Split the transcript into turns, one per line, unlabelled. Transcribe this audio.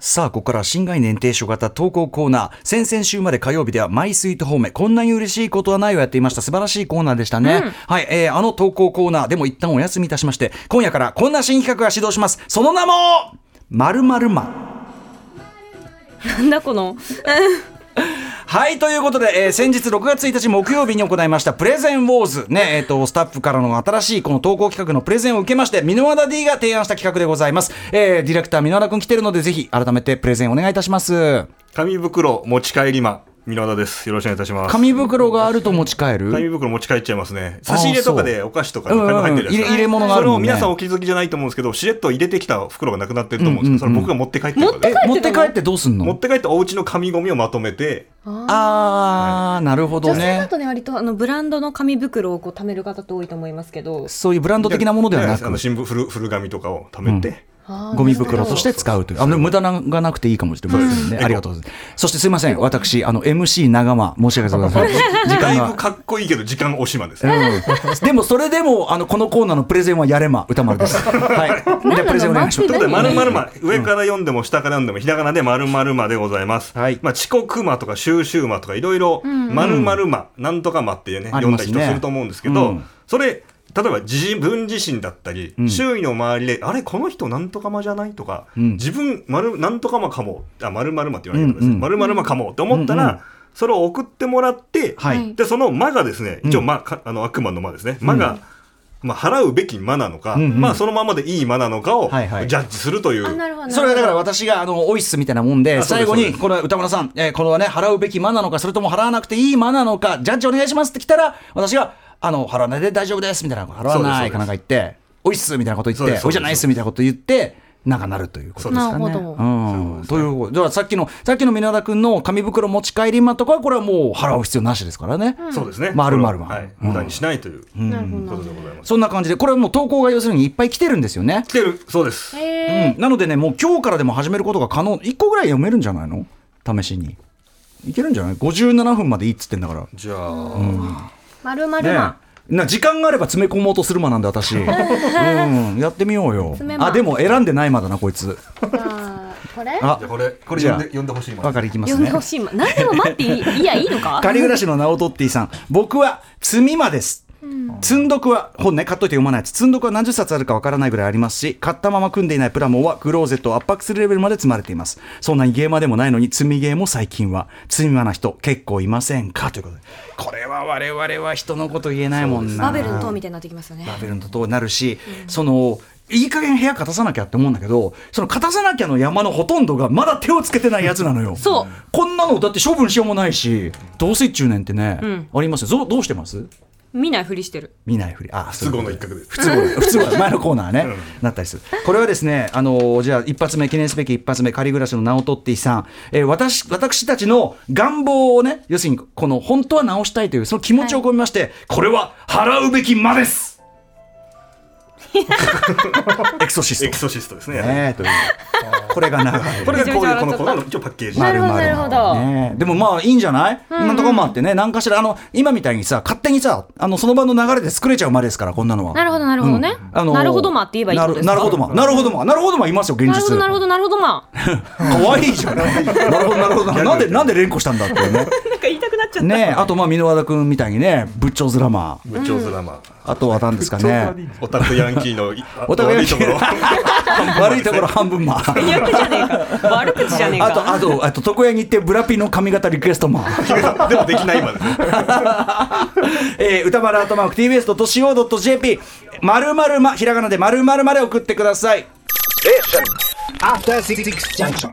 さあ、ここからは新概念提唱型投稿コーナー。先々週まで火曜日では、マイスイート方面、こんなに嬉しいことはないをやっていました。素晴らしいコーナーでしたね。はい、えー、あの投稿コーナーでも一旦お休みいたしまして、今夜からこんな新企画が始動します。その名も、まるまるマン。
なんだこの
はい、ということで、えー先日6月1日木曜日に行いましたプレゼンウォーズ、ね、えっ、と、スタッフからの新しいこの投稿企画のプレゼンを受けまして、箕輪田 D が提案した企画でございます。えーディレクター箕輪田くん来てるので、ぜひ改めてプレゼンお願いいたします。
紙袋持ち帰りマン、箕輪田です。よろしくお願いいたします。紙
紙袋があると持ち帰る
袋持ち帰っちゃいますね。差し入れとかでお菓子とか
うんうん
紙入ってるじゃないです
入
か
れ入れ物があるもんね
それを皆さんお気づきじゃないと思うんですけど、しれっと入れてきた袋がなくなってると思うんですけど、
うんうんうん
それ僕が持って帰ってるの
持
で
っ。
え、持って帰ってどうすん
持っ
の
て帰ってお家の紙ゴミをまとめて、
あー、なるほど
女性だ
ね。
とね割とあのブランドの紙袋をこう貯める方って多いと思いますけど
そういうブランド的なものではな
あ
く
の、新聞古古紙とかを貯めて、
ゴミ袋として使うという。あの、無駄ながなくていいかもしれませんね。ありがとうございます。そしてすいません。私、あの、MC 長間、申し訳ございません。時
だ
間
いぶ
が。
かっこいいけど時間押しまですね。
うんでもそれでもあのこのコーナーのプレゼンはやれま歌丸です。はい。でプレゼンお願いしま
ということ
す。
で、まるまるま、上から読んでも下から読んでも、ひらがなでまるまるまでございます。
はい
まあ、遅刻魔とか、収集魔とか、いろいろ、まるまるま、なんとか魔ってね、
あり
読ん
ま
だ
すね
人すると思うんですけ
う
ど
ん、
それ、例えば、自分自身だったり、周囲の周りで、あれ、この人なんとか魔じゃないとか、
ん
自分、まる、なんとか魔かも、あ、まるまるまって言われ方です
うんう
ね。
ん
まるまるまかもって思った
うんうん
ら、それを送ってもらって、
はい
で、その魔がですね、一応、
うん
魔か、あの、悪魔の魔ですね。魔が、まあ、払うべき魔なのか、
うんうん
まあ、そのままでいい魔なのかを、
はいはい
ジャッジするという。
あなるほど
それがだから私があのオイスみたいなもんで
あそう
最
です
後
そう
に
です
この歌丸さんえーこれはね払うべき間なのかそれとも払わなくていい間なのかジャッジお願いしますって来たら私があの払わないで大丈夫ですみたいな払わないかなんか言ってオイスみたいなこと言
そう
っ
で
て
す
おいじゃないっすみたいなこと言ってなんかなるということですかね。
そうですなるほど
うん。ということでだからさっきのさっきの皆田君の紙袋持ち帰り間とかはこれはもう払う必要なしですからね。
そうですね。
丸々丸
はい。
うん
無駄にしないというこ
なるほど
とでございます。
そんな感じで、これはもう投稿が要するにいっぱい来てるんですよね
来。てる、そうです。
へ
うん、なのでね、もう今日からでも始めることが可能、1個ぐらい読めるんじゃないの試しに。いけるんじゃない ?57 分までいいっつってんだから。
じゃあ、
まるまる
ね
ま
えな時間があれば詰め込もうとする間なんで 私、うん、やってみようよ
詰め間
あでも選んでない間だなこいつ
あーこれ
あ
じゃあこれ、これ
じゃあ
読んで、読んでほしいも
わ
の。
かりきます
読ん
ね
でほしいま何でも待っていいいやいいのか
仮暮らしのナオトッティさん、僕は積みまです。積んどくは本ね買っといて読まないやつ積んどくは何十冊あるかわからないぐらいありますし買ったまま組んでいないプラモはクローゼットを圧迫するレベルまで積まれていますそんなにゲーマーでもないのに積みゲーも最近は積みまな人結構いませんかということでこれは我々は人のこと言えないもんな
バベルの塔みたいになってきますよね
ラベルの塔になるし、そのいい加減部屋片さなきゃって思うんだけどその片さなきゃの山のほとんどがまだ手をつけてないやつなのよ
そう
こんなのだって処分しようもないしどうせ中年ってね、
ん
ありますよぞどうしてます
見ないふりしてる
見ないふりあ
不都合の一角で。
不都合 不都合前のコーナーね、なったりするこれはですねあのーじゃあ一発目記念すべき一発目仮暮らしの名を取っていさん、えー私私たちの願望をね要するにこの本当は直したいというその気持ちを込めまして、これは払うべき間です エクソシス
エ
ト
クソシストですね。
ねえというこれが長い
これが
め
こう
ち
い
ゃ
う、
めちゃ
この、
笑っちゃった
この、一応パッケージ。
なるほど
丸々
なるほど
ねえでもまあいいんじゃない、なんとかもあってね何かしらあの今みたいにさ勝手にさあのその場の流れで作れちゃうまでですからこんなのは
なるほどなるほどね
うんあのー
なるほどまって言えばいいってことですか
なるなるほどまなるほどまなるほどまいますよ現実
なるほどなるほどなるほどま あ
可愛いじゃ んなるほどなるほどなんでなんで連呼したんだっていうね
なんか言いたくなっちゃった
ねえあとまあ箕輪田君みたいにね仏頂面マ
部長ドラマ。
あとは何ですかね
オタクヤンキー のい、
お互い
悪いところ。
悪いところ半 分マ
悪口じゃねえか悪口じゃねえ
あと
か
あとあと床屋に行ってブラピの髪型リクエストマン
でもできないまでね。
えー、歌丸アートマーク TBS.CO.JP まるまるまひらがなでまるまるまで送ってください
After Six Junction.